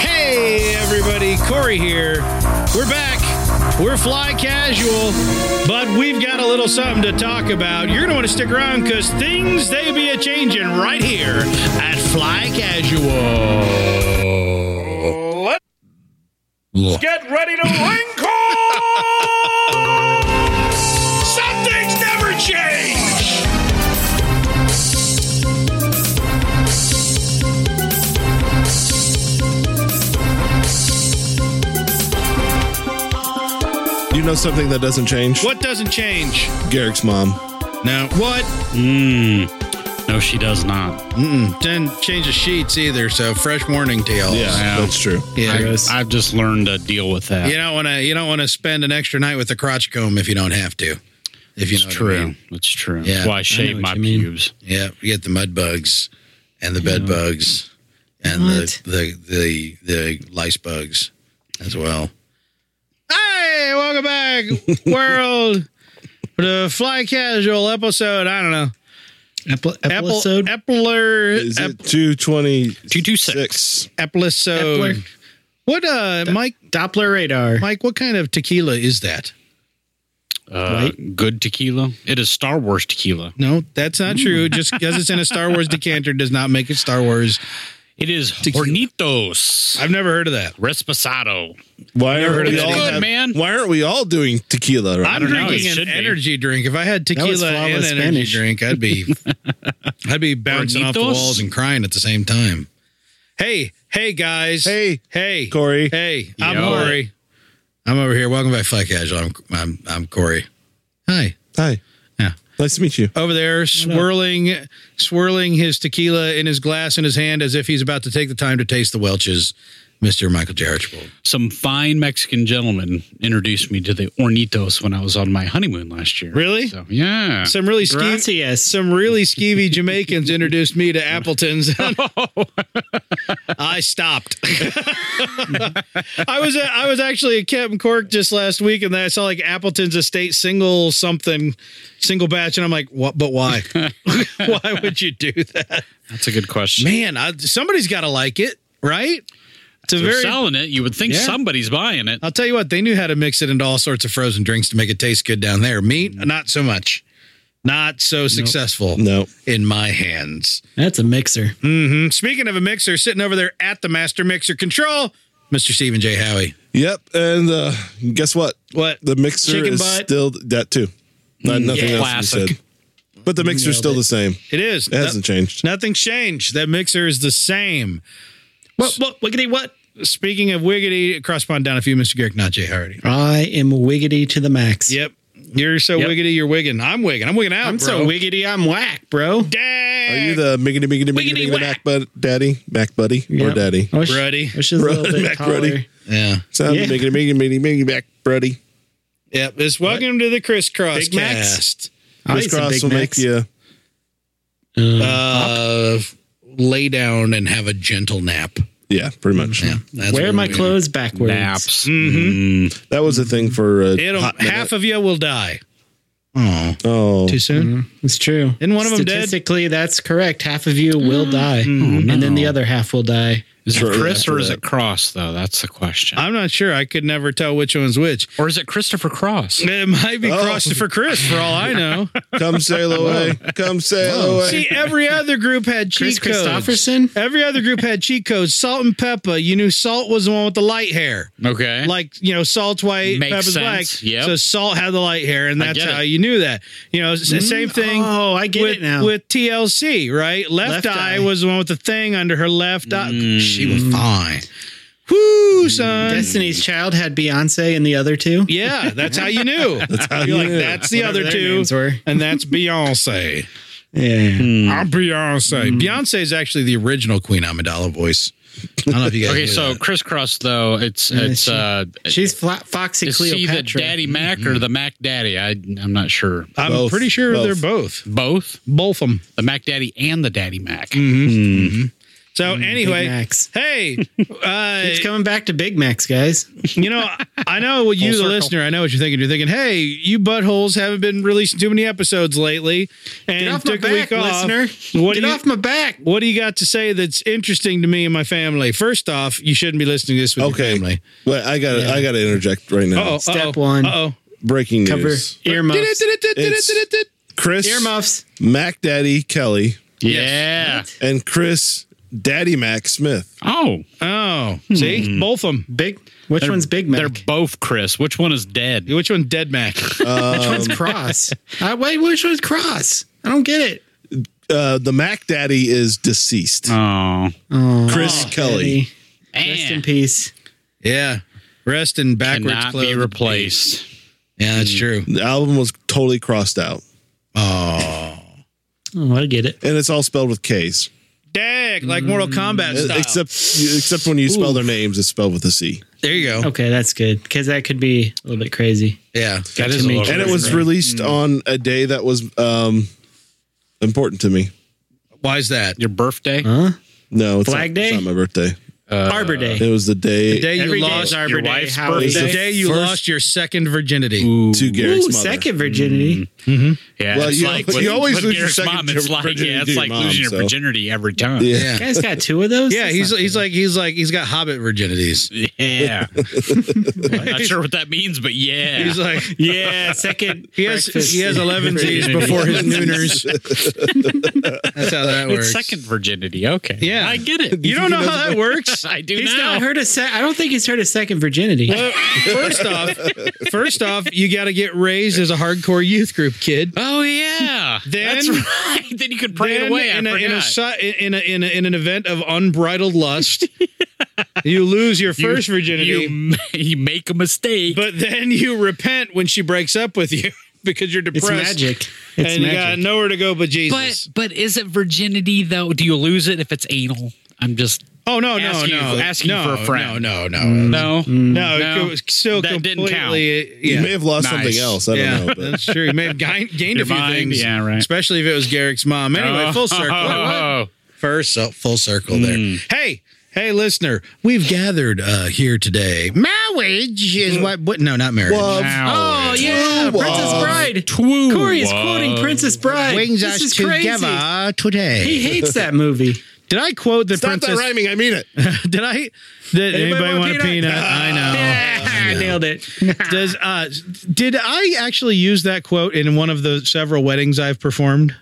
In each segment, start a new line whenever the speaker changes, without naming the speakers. Hey, everybody, Corey here. We're back. We're fly casual, but we've got a little something to talk about. You're going to want to stick around because things, they be a changing right here at Fly Casual.
Yeah.
Get ready to wrinkle! Some things never change!
You know something that doesn't change?
What doesn't change?
Garrick's mom.
No. What?
Mm. No, she does not.
Didn't change the sheets either, so fresh warning to y'all.
Yeah.
that's true.
Yeah.
I, I've just learned to deal with that.
You don't want to. You don't want to spend an extra night with the crotch comb if you don't have to. If you
it's
know what I
true.
mean.
It's true.
Yeah.
That's why I
I
shave
know
my
what you mean.
pubes.
Yeah, you get the mud bugs and the bed bugs and
What?
the, the the the lice bugs as well. Hey, welcome back, world. for The fly casual episode. I don't know.
Apple,
Apple-
episode.
Epler.
Is it 220?
226.
Episode.
Epler?
What, uh, Mike?
Doppler radar.
Mike, what kind of tequila is that?
Uh, Good tequila. It is Star Wars tequila.
No, that's not true. Just because it's in a Star Wars decanter does not make it Star Wars.
It is
Tequila.
Hornitos
I've never heard of that.
Respasado.
Why
Never heard
aren't,
of
we
that.
all
Good,
have-
man.
why aren't we all doing tequila right
I'm
don't know. It
drinking
should
an
be.
energy drink. If I had
was
tequila and an
flawless
energy
Spanish.
drink, I'd be I'd be bouncing off the
Hornitos?
walls and crying at the same time. Hey, hey guys.
Hey,
hey,
Corey.
Hey, I'm
Yo.
Corey. I'm over here. Welcome back, Fly Casual. I'm I'm I'm Corey. Hi.
Hi.
Yeah.
Nice to meet you.
Over there, swirling, swirling his tequila in his glass in his hand as if he's about to take the time to taste the Welch's, Mister Michael Jarrett.
Some fine Mexican gentleman introduced me to the Hornitos when I was on my honeymoon last year.
Really?
So, yeah.
Some really skeevy,
Gracias.
some really skeevy Jamaicans introduced me to Appleton's. I stopped. I was uh, I was actually at Captain Cork just last week, and then I saw like Appleton's Estate single something, single batch, and I'm like, what? But why? why would you do that?
That's a good question.
Man, I, somebody's got to like it, right? It's a
If They're
very.
selling it. You would think
Yeah. Uh,
somebody's buying it.
I'll tell you what, they knew how to mix it into all sorts of frozen drinks to make it taste good down there. Meat, not so much. Not so successful
No.
in my hands.
That's a mixer.
Mm, Speaking of a mixer, sitting over there at the master mixer control, Mr. Stephen J. Howie.
Yep. And uh, guess what?
What?
The mixer
Chicken
is
butt.
still that too. Not, nothing
yeah.
else
Classic.
you said. But the mixer's still the same.
It is.
It hasn't changed.
No- nothing's changed. That mixer is the same.
What? What? Wiggity what?
Speaking of wiggity, crossbond down a few, Mr. Garrick, not J. Hardy.
I am wiggity to the max.
Yep. You're so
Yep.
wiggity, you're wigging. I'm wigging. I'm wigging out.
I'm
bro.
so wiggity, I'm whack, bro.
Dang.
Are you the miggity miggity miggity
Wiggity
mac bud daddy? Mac buddy or
Yep.
daddy?
I wish,
Brody.
wish it was a little
Brody,
bit
Mac
taller.
Brody.
Yeah.
Sound
Yeah.
miggity miggity miggity miggity mac buddy.
Yep. It's welcome to the crisscross
Big Macs?
cast.
I eat some
Crisscross
Big
will make
Macs.
you
Uh, lay down and have a gentle nap.
yeah, pretty much.
Yeah. That's
Wear
what
my
we're
clothes backwards.
Naps. Mm.
That was a thing for uh,
doing. It'll
Hot Minute.
half of you will die. Oh,
Oh,
too soon.
It's true.
Isn't one of 'em dead?
Statistically, that's correct. Half of you will die, and then the other half will die.
Is it
Right
Chris
after
or is
that.
it Cross, though? That's the question.
I'm not sure. I could never tell which one's which.
or is it Christopher Cross?
It might be
Oh.
Christopher Chris for all I know.
come sail away, come sail away.
See, every other group had
Chris
cheat codes.
Christopherson.
Every other group had cheat codes. Salt and Peppa. You knew Salt was the one with the light hair.
Okay.
Like you know, Salt's white,
Makes
Peppa's
sense.
black.
Yep.
So Salt had the light hair, and
I
that's
get
how
it.
you knew that. You know, s- same thing.
Oh, I get
with,
it now.
with TLC, right? Left,
Left
eye,
eye.
was the one with the thing under her left eye.
Mm.
She was fine. Whoo, son.
Destiny's Child had Beyonce and the other two.
yeah, that's how you knew. That's
how
You're
you
like,
knew.
that's the
Whatever
other
their
two.
names were.
And that's Beyonce.
Yeah.
I'm Beyonce. Beyonce is actually the original Queen Amidala voice. I don't know if you guys
Okay,
knew
so
that.
Chris Cross though it's
Yeah,
it's
she-
uh
She's fla- Foxy
is she the
Cleopatra.
Daddy Mac or the Mac Daddy? I I'm not sure.
I'm
Both.
pretty sure
Both.
they're both.
Both
Both of them.
the Mac Daddy and the Daddy Mac.
So
Big
anyway,
Macs.
hey,
It's
uh,
coming back to Big Macs, guys.
you know, I know what you, the
circle.
listener, I know what you're thinking. You're thinking, hey, you buttholes haven't been releasing too many episodes lately, and
Get off my
took a
back,
week off.
listener.
What
Get
do you,
off my back.
What do you got to say that's interesting to me and my family? First off, you shouldn't be listening to this with your
Okay.
family.
Wait, I got to I got to interject right now.
Uh-oh,
Step
uh-oh,
one.
Uh-oh.
Breaking
Cover
news.
earmuffs.
It's- Chris
Earmuffs.
Mac Daddy Kelly
Yeah.
and Chris Daddy Mac Smith.
Oh,
Oh, see, both of them.
Big. Which one's Big Mac?
they're both Chris. Which one is dead?
Which one, Dead Mac?
Which one's Cross? Um, I, wait, which one's Cross? I don't get it.
Uh, the Mac Daddy is deceased.
Oh,
Chris Kelly.
Eddie, Rest in peace.
yeah, rest in backwards.
cannot
clothed
be replaced.
Yeah, that's true.
The album was totally crossed out,
Oh, I get it.
and it's all spelled with K's. Uh,
Dag, like Mortal Kombat style.
Except except when you spell their names, it's spelled with a C.
there you go.
Okay, that's good because that could be a little bit crazy.
Yeah,
That is a
me.
little
And it was
crazy.
released
Mm.
on a day that was um, important to me.
why is that?
your birthday.
Huh?
No, it's
Flag
not, it's
Day?
not my birthday.
Uh, Arbor Day.
It was the day,
The day you
Every day
lost
is Arbor
your
Day,
wife's
Halloween.
the
birthday.
Ooh,
day you
First-
lost your second virginity.
to Garrick's mother.
second
Mm.
virginity.
Yeah,
Well,
it's
you-
like
you
with-
always
with
lose your
Garrick's
second
mom, it's like,
virginity
yeah,
to
it's
your
like
mom,
losing your
so.
virginity every time.
Yeah.
Yeah.
Guys got two of those.
Yeah,
That's
he's
not
he's
good.
like he's like he's got hobbit virginities.
Yeah. Not sure what that means, but yeah.
He's like
yeah, second.
he has
breakfast
he has eleven Z's
virginity.
before his nooners. That's how that works.
it's second virginity. Okay.
Yeah.
I get it.
You don't know how that works.
I do
He's
now.
not heard a sec. I don't think he's heard a second virginity.
Uh, first off, first off, you got to get raised as a hardcore youth group kid.
Oh yeah,
Then-
that's right. Then you could pray it
Then
away. I
in, a, in, a,
forgot.
si- in, a, in, a, in an event of unbridled lust, you lose your first virginity.
you, ma- you make a mistake.
but then you repent when she breaks up with you because you're
it's
depressed.
magic. It's
and you got
magic.
nowhere to go but
but
Jesus.
but is it virginity though? Do you lose it if it's anal? I'm just
oh no, no,
asking-
no,
asking
no,
for a friend.
No, no, no,
no.
no.
No.
It was still
That didn't
completely.
count.
Yeah.
You may have lost
Nice.
something else. I don't
yeah,
know. But
that's true. You may have gained, gained a
Your
few
mind,
things.
yeah, right.
Especially if it was Garrick's mom. Anyway,
Oh.
full circle.
Oh,
First, so full circle
Hmm.
there. Hey, hey, listener, we've gathered uh here today. Marriage is what? what no, not marriage.
Love.
Now
Oh yeah,
Two
Princess
of-
Bride.
Two
Corey is
of-
quoting Princess Bride.
Brings
this
us
is crazy.
together today.
He hates that movie.
Did I quote the
Stop
princess?
that rhyming. I mean it.
Did I? Did anybody, want a peanut? I know.
Ah, nailed it.
Does uh did I actually use that quote in one of the several weddings I've performed?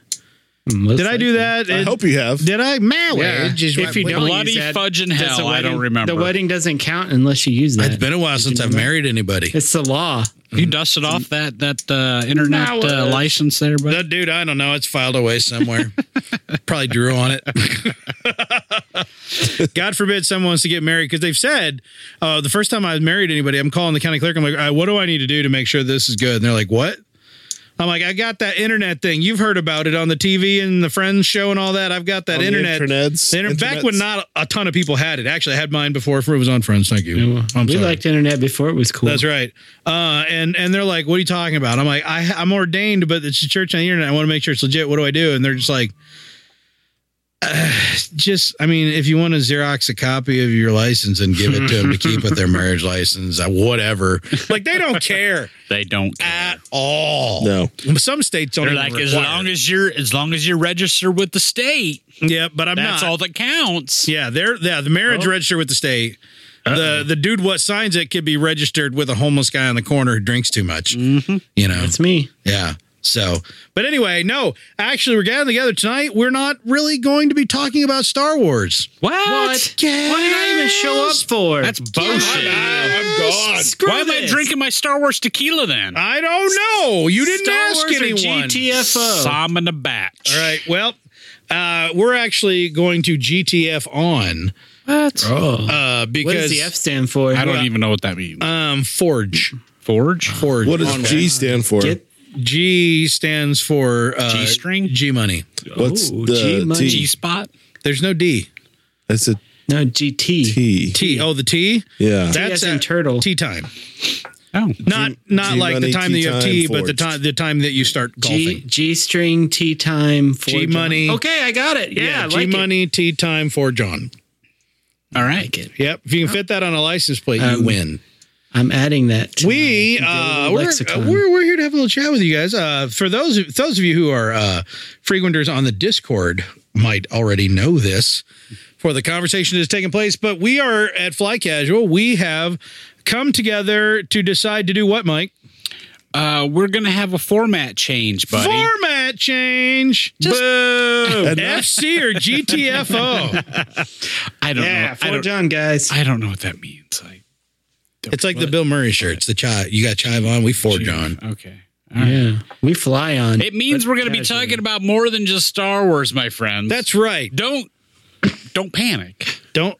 Did I do that?
I
It-
hope you have.
Did I marriage? is
If
what-
you
what-
don't
Bloody
use that,
fudge and
that's a
hell, I don't remember.
The wedding doesn't count unless you use that.
it's been a while since I've married anybody.
it's the law.
You dusted off that that uh, internet
Now,
uh,
uh,
license there, but
That dude, I don't know. It's filed away somewhere. Probably drew on it. God forbid someone wants to get married because they've said uh, the first time I married anybody, I'm calling the county clerk. I'm like, "Uh, what do I need to do to make sure this is good? And they're like, what? I'm like, I got that internet thing. You've heard about it on the TV and the Friends show and all that. I've got that
On the
internet.
internets.
The inter- back
Internets.
when not a ton of people had it. Actually, I had mine before it was on Friends. Thank you. Oh, I'm
we
sorry.
liked internet before it was cool.
That's right. Uh, and and they're like, "What are you talking about?" I'm like, I, "I'm ordained, but it's a church on the internet. I want to make sure it's legit. What do I do?" And they're just like, uh, "Just, I mean, if you want to xerox a copy of your license and give it to them to keep with their marriage license, uh, whatever. Like they don't care
they don't. Care.
at all.
No.
Some states don't.
They're
even
like as
require
long
it.
as you're as long as you register with the state,
yeah, but I'm
that's
not.
all Oh. that counts.
yeah, they're yeah the marriage register with the state. The the dude what signs it could be registered with a homeless guy on the corner who drinks too much.
Mm-hmm.
You know,
That's me.
Yeah. So, but anyway, no, actually, we're gathering together tonight. We're not really going to be talking about Star Wars.
What?
What? What did I even show up for?
That's bullshit.
I'm gone.
Screw
Why am I
this.
drinking my Star Wars tequila then?
I don't know. You didn't
Star
ask
Wars or
anyone.
GTFO.
Salmon a batch.
All right. Well, uh, we're actually going to GTF on
What?
oh.
uh,
What
because
does the F stand for?
I don't even know what that means.
um, Forge.
Forge?
Forge.
What does G stand for?
Get-
G stands for uh,
G-string?
G money.
What's
oh,
Ooh,
the
G money.
G
T?
spot?
There's no D.
That's a
No, GT.
T.
T. Oh, the T.
Yeah.
as in turtle.
Tea time.
Oh,
Not not
G
like
money,
the time that you have
tea
tea,
time,
but the
forged.
time the time that you start
G
golfing.
G string tea time for
G money.
Okay, I got it. Yeah, I
G
like it.
money, tea time for John.
all right.
Yep. If you can fit that on a license plate, you
Um,
win.
I'm adding that. to
We
my
uh,
daily
we're,
lexicon.
we're we're here to have a little chat with you guys. Uh, for those of, those of you who are uh, frequenters on the Discord, might already know this for the conversation that is taking place. But we are at Fly Casual. We have come together to decide to do what, Mike?
Uh, we're gonna have a format change, buddy.
Format change. Boo. FC or GTFO.
I don't
yeah,
know. I
for
don't,
John, guys.
I don't know what that means. I,
it's like the Bill Murray shirts. The chive. You got chive on. We for John.
okay.
yeah, we fly on.
It means we're gonna be
casually.
talking about more than just Star Wars, my friends.
That's right.
don't don't panic.
Don't.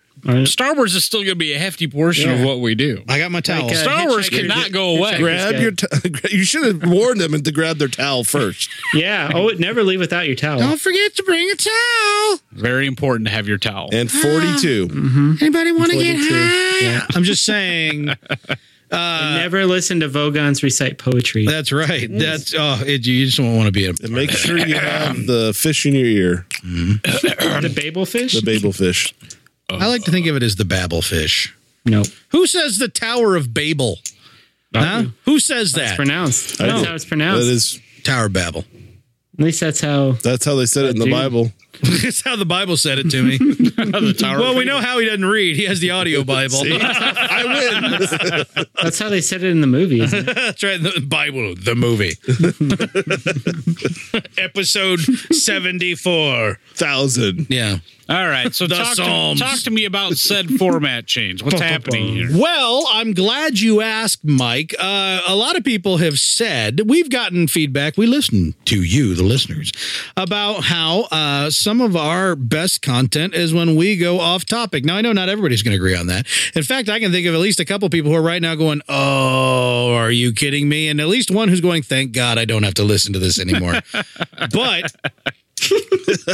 Star Wars is still gonna be a hefty portion of what we do.
I got my towel.
Like, uh,
Star Wars
Hitchhiker-
cannot go away.
Hitchhiker-
Grab
guy.
your. T- you should have warned them to grab their towel first.
yeah. Oh, never leave without your towel.
forget to bring a towel.
Very important to have your towel.
And forty-two.
Anybody want to
42. Yeah.
I'm just saying.
never listen to Vogons recite poetry.
That's right. That's oh, it, you just don't want to be a
And make sure you have the fish in your ear,
the Babel fish?
the Babel fish.
I like to think of it as the Babel fish.
no,
Who says the Tower of Babel? Huh?
you.
Who says
it's
that?
pronounced.
I
That's
do.
how it's
That
pronounced.
is.
Tower of Babel.
At least that's how.
That's how they said it in the
Dude.
Bible.
That's how the Bible said it to me. well, we know how he doesn't read. He has the audio Bible.
That's how they said it in the movie. Isn't it?
That's right. The Bible, the movie. Episode 74.
Thousand.
Yeah.
All right, so
The
talk to,
Psalms.
talk to me about said format change. What's happening here?
Well, I'm glad you asked, Mike. Uh, a lot of people have said we've gotten feedback. We listen to you, the listeners, about how uh, some of our best content is when we go off topic. Now, I know not everybody's going to agree on that. In fact, I can think of at least a couple people who are right now going, "Oh, are you kidding me?" And at least one who's going, "Thank God, I don't have to listen to this anymore." but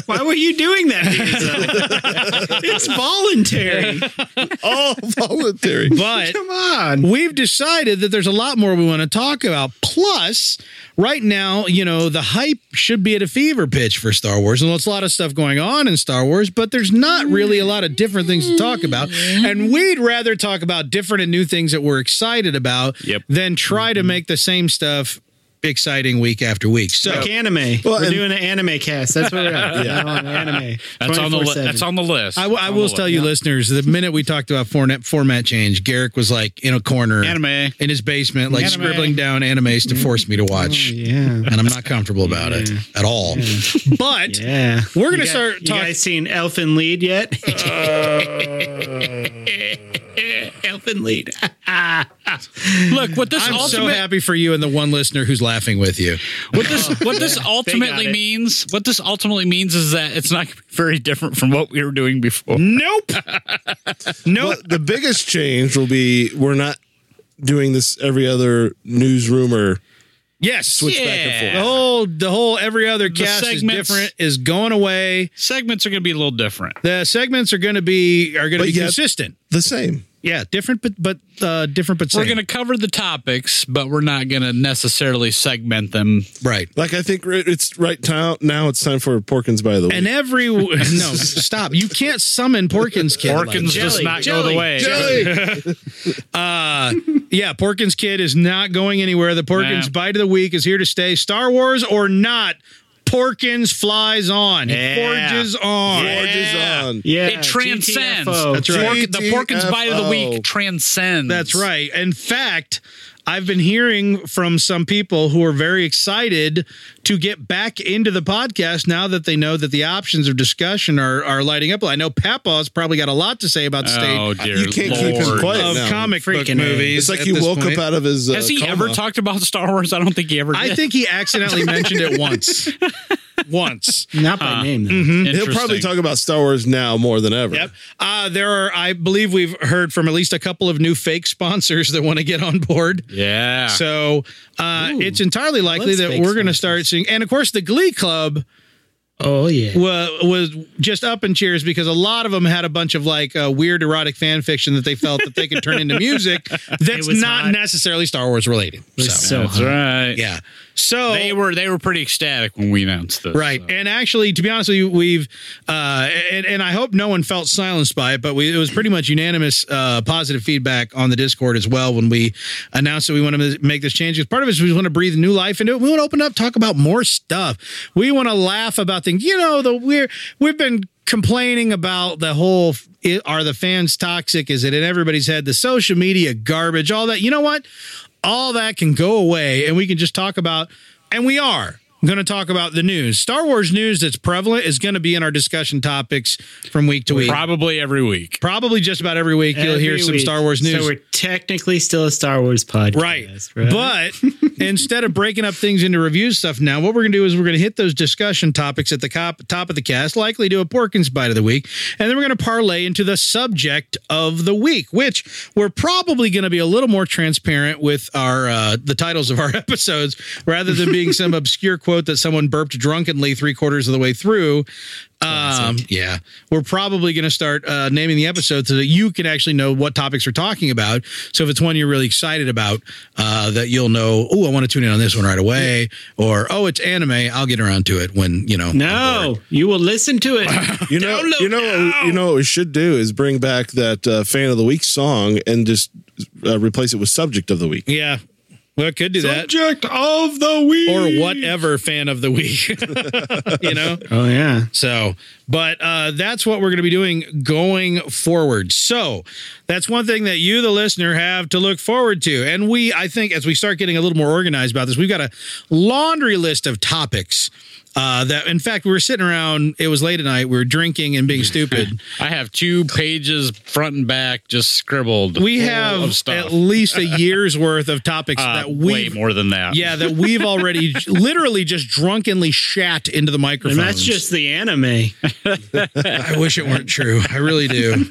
Why were you doing that? to yourself? it's voluntary.
All voluntary.
but
Come on.
We've decided that there's a lot more we want to talk about. Plus, right now, you know, the hype should be at a fever pitch for Star Wars, and there's a lot of stuff going on in Star Wars, but there's not really a lot of different things to talk about. And we'd rather talk about different and new things that we're excited about
Yep. Mm-hmm.
than try to make the same stuff exciting week after week. So,
Like anime.
Well,
we're
and-
doing an anime cast. That's what we're at. We're on anime.
That's on the li-
24/7.
that's on the list.
I, w- I will tell you, listeners, the minute we talked about format, format change, Garrick was like in a corner,
Anime.
in his basement, like
Anime.
scribbling down animes to force me to
Oh,
watch.
Yeah.
and I'm not comfortable about it at all. But
Yeah.
we're
You
going to
got-
start
You
talking.
guys seen Elfin Lead yet? Uh. Elfin Lead.
Look what this
I'm so
ultimate
happy for you and the one listener who's laughing with you.
what this what this ultimately
it.
means what this ultimately means is that it's not gonna be very different from what we were doing before.
Nope. nope.
But the biggest change will be we're not doing this every other news rumor.
Yes.
Switch back and
The
Yeah.
whole, the whole, every other cast is
segments.
different is going away.
Segments are going to be a little different.
The segments are going to be are going to be
But yet-
consistent.
The same.
Yeah, different, but but uh, different, but same.
We're going to cover the topics, but we're not going to necessarily segment them.
right.
Like I think ri- it's right now. Now it's time for Porkins by the way.
And every no, stop! You can't summon Porkins kid. like
Porkins does
Jelly,
not go
jelly,
the way.
Uh, Yeah, Porkins Kid is not going anywhere. The Porkins
Nah.
Bite of the Week is here to stay. Star Wars or not, Porkins flies on. He
Yeah.
forges on.
Forges on.
Yeah.
It transcends.
GTFO.
That's right.
Pork- the Porkins bite of the
GTFO.
week transcends.
That's right. In fact, I've been hearing from some people who are very excited to get back into the podcast now that they know that the options of discussion are, are lighting up. I know Papa's probably got a lot to say about the state
Oh dear.
You can't keep him
Lord.
quiet.
of
now.
comic book
Freaking A.
movies.
It's like
at
he
this
woke
point.
up out of his. Uh,
Has he ever
coma.
talked about Star Wars? I don't think he ever did.
I think he accidentally mentioned it once. once.
Not by name. Though.
He'll probably talk about Star Wars now more than ever.
Yep. Uh, there are, I believe we've heard from at least a couple of new fake sponsors that want to get on board.
Yeah.
So uh, it's entirely likely
Let's
that
fake
we're going to start
sponsors.
seeing. And of course, the Glee Club
Oh yeah.
wa- was just up in cheers because a lot of them had a bunch of like uh, weird erotic fan fiction that they felt that they could turn into music that's
It was
not
hot.
necessarily Star Wars related. So,
So uh-huh.
That's right.
yeah. So
They were they were pretty ecstatic when we announced this.
Right.
so.
And actually, to be honest with you, we've, uh, and, and I hope no one felt silenced by it, but we, it was pretty much unanimous uh, positive feedback on the Discord as well when we announced that we want to make this change. Because part of us, we want to breathe new life into it. We want to open up, talk about more stuff. We want to laugh about things. You know, the we're, we've been complaining about the whole i- are the fans toxic? Is it in everybody's head? The social media garbage, all that. You know what? all that can go away and we can just talk about and we are going to talk about the news star wars news that's prevalent is going to be in our discussion topics from week to week
Probably every week.
probably just about every week you'll hear
Every
some
week.
star wars news
So we're technically still a Star Wars podcast.
Right. But instead of breaking up things into review stuff now, what we're going to do is we're going to hit those discussion topics at the cop, top of the cast, likely do a Porkins bite of the week, and then we're going to parlay into the subject of the week, which we're probably going to be a little more transparent with our uh, the titles of our episodes rather than being some obscure quote that someone burped drunkenly three quarters of the way through. Um, yeah, we're probably going to start uh, naming the episode so that you can actually know what topics we're talking about. So if it's one you're really excited about, uh, that you'll know. Oh, I want to tune in on this one right away. Or oh, it's anime. I'll get around to it when you know. I'm bored.
no, you will listen to it.
You know, you know, what, you know what we should do is bring back that uh, fan of the week song and just uh, replace it with subject of the week.
Yeah. Well, it could do
Subject of the week.
that. Or whatever fan of the week, you know.
Oh yeah.
So, but uh, that's what we're going to be doing going forward. So, that's one thing that you, the listener, have to look forward to. And we, I think, as we start getting a little more organized about this, we've got a laundry list of topics. Uh, that in fact we were sitting around. It was late at night. We were drinking and being stupid.
I have two pages front and back just scribbled.
We
full
have
of stuff.
at least a year's worth of topics
Uh,
that we,
way more than that.
yeah, that we've already literally just drunkenly shat into the microphone.
And that's just the anime.
I wish it weren't true. I really do.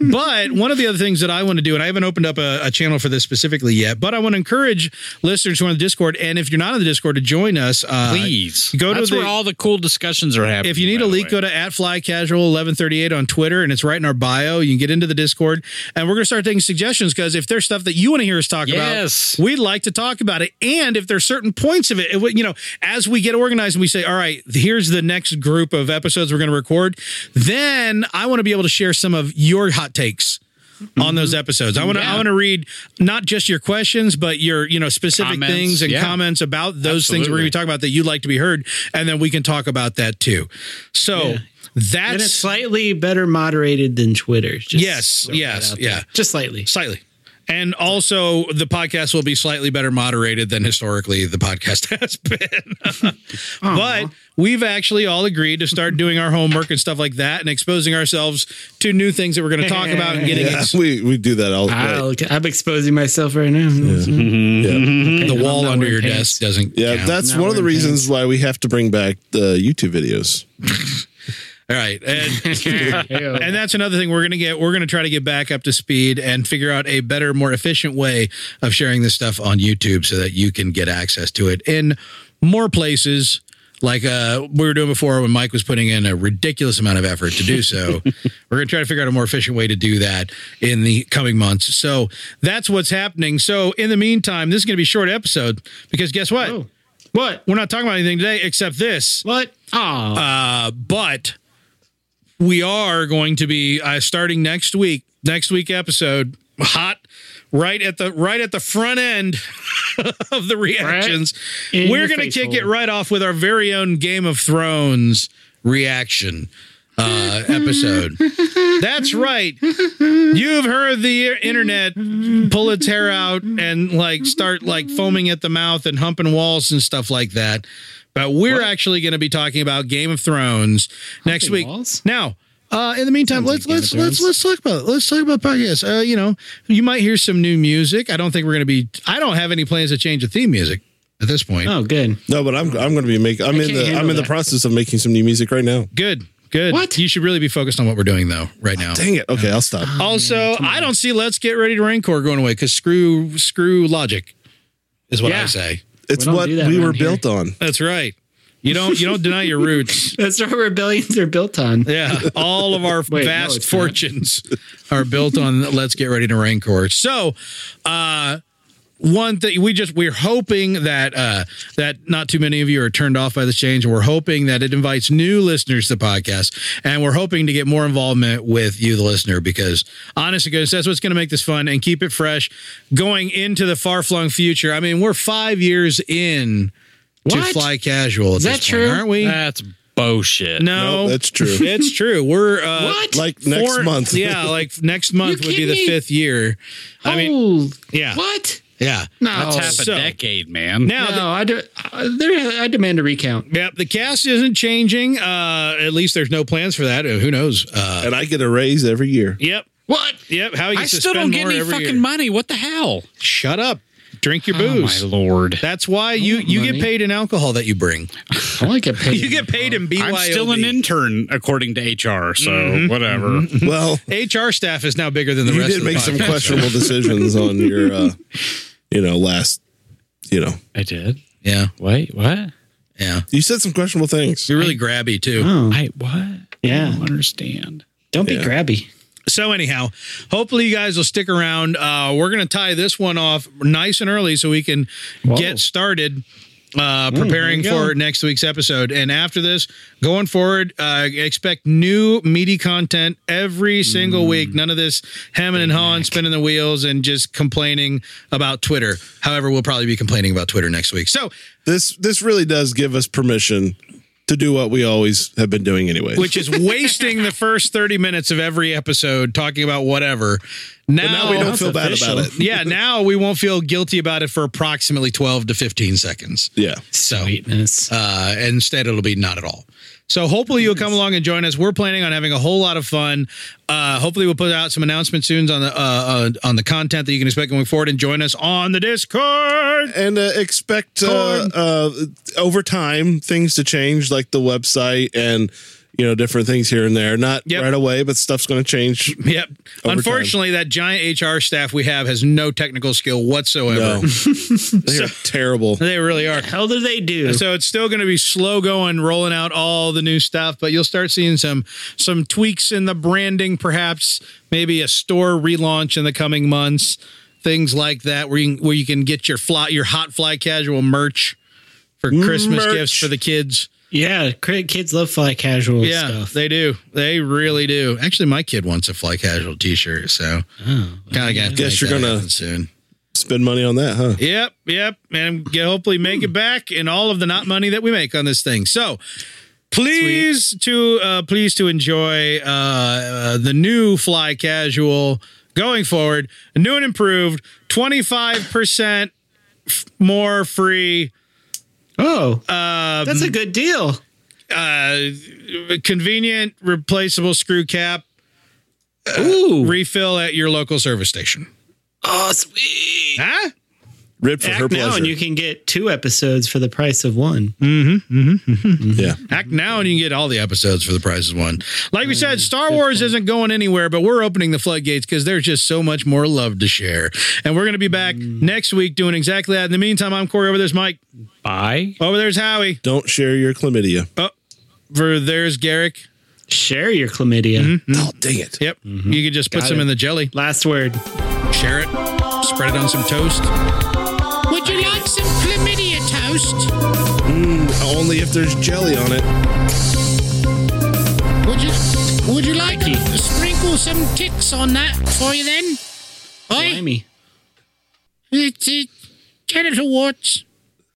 but one of the other things that I want to do, and I haven't opened up a, a channel for this specifically yet, but I want to encourage listeners who are on the Discord, and if you're not on the Discord, to join us. Uh,
Please
Go to
That's
the-
where all the cool discussions are happening.
If you need
by
a
the
leak,
way.
go to at fly casual 1138 on Twitter, and it's right in our bio. You can get into the Discord, and we're going to start taking suggestions because if there's stuff that you want to hear us talk
Yes.
about, we'd like to talk about it. And if there's certain points of it, it would- you know, as we get organized and we say, all right, here's the next group of episodes we're going to record, then I want to be able to share some of your hot takes. On those episodes, I want to I
Mm-hmm. Yeah.
want to read not just your questions, but your you know specific
Comments,
things and
yeah.
comments about those things we're going to be
Absolutely.
talking about that you'd like to be heard, and then we can talk about that too. So
And it's
that's
slightly better moderated than Twitter. Just
Yes,
throw that
yes,
out there.
yeah.
Just slightly.
slightly. And also, the podcast will be slightly better moderated than historically the podcast has been. but we've actually all agreed to start doing our homework and stuff like that and exposing ourselves to new things that we're going to talk about and getting
Yeah, we we do that all the
I'll-
time.
I'm exposing myself right now.
Yeah,
the wall
not
under your
wearing pants.
desk doesn't.
yeah
count.
that's
Not
one of the
wearing
reasons why we have to bring back the YouTube videos.
all right. And and that's another thing we're gonna get we're gonna try to get back up to speed and figure out a better more efficient way of sharing this stuff on youtube so that you can get access to it in more places like uh, we were doing before when mike was putting in a ridiculous amount of effort to do so we're gonna try to figure out a more efficient way to do that in the coming months so that's what's happening so in the meantime this is gonna be a short episode because guess what
Oh. What?
we're not talking about anything today except this
What? Oh,
but we are going to be uh, starting next week next week episode hot right at the right at the front end of the reactions
Right in
we're
your
going to
face
kick it
hole.
right off with our very own game of thrones reaction uh, episode that's right you've heard the internet pull its hair out and like start like foaming at the mouth and humping walls and stuff like that but we're actually going to be talking about Game of Thrones next week.
walls?
Now, uh, in the meantime, let's let's let's let's talk about it. let's talk about podcasts. Uh, you know, you might hear some new music. I don't think we're going to be. I don't have any plans to change the theme music at this point.
oh, good.
No, but I'm I'm going to be making. I'm in
can't
the I'm
handle
in the
that.
process of making some new music right now.
Good, good.
What?
you should really be focused on what we're doing though right now.
Dang it! Okay, I'll
Uh,
stop.
Also, I don't see let's get ready to Rancor going away because screw screw logic is what I
Yeah.
say.
It's
don't
what
do that
we were
around here.
built on.
That's right. You don't you don't deny your roots.
That's what rebellions are built on.
Yeah, all of our
Wait, no,
vast
it's not.
fortunes are built on let's get ready to rancor. So, uh, one thing we just we're hoping that uh, that not too many of you are turned off by this change, and we're hoping that it invites new listeners to the podcast, and we're hoping to get more involvement with you, the listener, because honestly, goodness, that's what's going to make this fun and keep it fresh going into the far flung future. I mean, we're five years in to
What?
fly casual. At
Is that
this
true?
Point, aren't we?
That's bullshit.
no,
Nope, that's true.
It's true. We're uh,
What?
Like next
four-
month.
Yeah, like next month
You
would be the
kidding me?
fifth year. I mean,
oh,
yeah,
what?
yeah.
No,
That's half
so-
a decade, man.
Now,
no. I, de- I, there, I demand a recount.
the, yep, the cast isn't changing. Uh, at least there's no plans for that. Uh, Who knows? Uh,
and I get a raise every year.
yep,
What?
yep. How you
I still don't get any fucking money. What the hell? Oh,
Shut up. Drink your booze.
lord.
That's why you you
money.
get paid in alcohol that you bring.
I only get paid.
Oh, You get paid in BYOB.
I'm still an intern according to HR, so
Mm-hmm.
whatever.
Well,
HR staff is now bigger than the
you
rest.
did
of the
make some
podcast.
questionable decisions on your, uh, you know, last, you know,
I did.
Yeah,
Wait, what?
yeah.
you said some questionable things.
You're really grabby too.
Oh,
I what?
Yeah.
I don't understand.
don't be grabby.
So anyhow, hopefully you guys will stick around. Uh, we're going to tie this one off nice and early so we can get started
Mm,
uh, preparing for next week's episode. And after this, going forward, uh, expect new meaty content every single
Mm.
week. None of this hemming and hawing, spinning the wheels, and just complaining about Twitter. However, we'll probably be complaining about Twitter next week. So,
This this really does give us permission to do what we always have been doing anyway.
which is wasting the first 30 minutes of every episode talking about whatever. Now,
now we
Oh,
don't feel bad about it.
yeah, now we won't feel guilty about it for approximately 12 to 15 seconds.
Yeah.
So
Sweetness.
uh, instead, it'll be not at all. So hopefully you'll come along and join us. We're planning on having a whole lot of fun. Uh, hopefully we'll put out some announcements soon on the uh, uh, on the content that you can expect going forward, and join us on the Discord.
And uh, expect uh, uh, over time things to change, like the website and you know different things here and there. Not
Yep.
right away, but stuff's going to change.
Yep.
Over time.
Unfortunately, that giant HR staff we have has no technical skill whatsoever.
No, they're terrible.
They really are.
Hell do they do?
So it's still going to be slow going, rolling out all the new stuff, but you'll start seeing some some tweaks in the branding, perhaps maybe a store relaunch in the coming months, things like that, where you can, where you can get your fly, your hot fly casual merch for Christmas
Merch.
gifts for the kids.
yeah, cri- kids love fly casual
Yeah,
stuff.
they do. They really do. Actually, my kid wants a fly casual T-shirt, so kind of
Oh, Guess you're gonna-
soon.
Spend money on that, huh?
Yep, yep, and get, hopefully make it back in all of the not money that we make on this thing. So please to uh, please to enjoy uh, uh, the new Fly Casual going forward, new and improved, twenty five percent more free,
Oh, that's a good deal.
uh, convenient, replaceable screw cap uh,
Ooh,
refill at your local service station.
oh, sweet.
Huh?
Rip for her
Act now,
pleasure.
and you can get two episodes for the price of one.
yeah.
Act now and you can get all the episodes for the price of one. Like we said, Star Wars isn't going anywhere, but we're opening the floodgates because there's just so much more love to share. And we're going to be back next week doing exactly that. In the meantime, I'm Corey. Over there's Mike.
Bye.
Over there's Howie.
Don't share your chlamydia.
Over there's Garrick.
Share your chlamydia.
Oh, dang it.
Yep. You can just put some
it.
in the jelly,
Last word.
share it, spread it on some toast.
Would you like some chlamydia toast?
Only if there's jelly on it.
Would you Would you like to
Ricky.
sprinkle some ticks on that for you then? Oi,
Blimey.
it's uh, genital warts.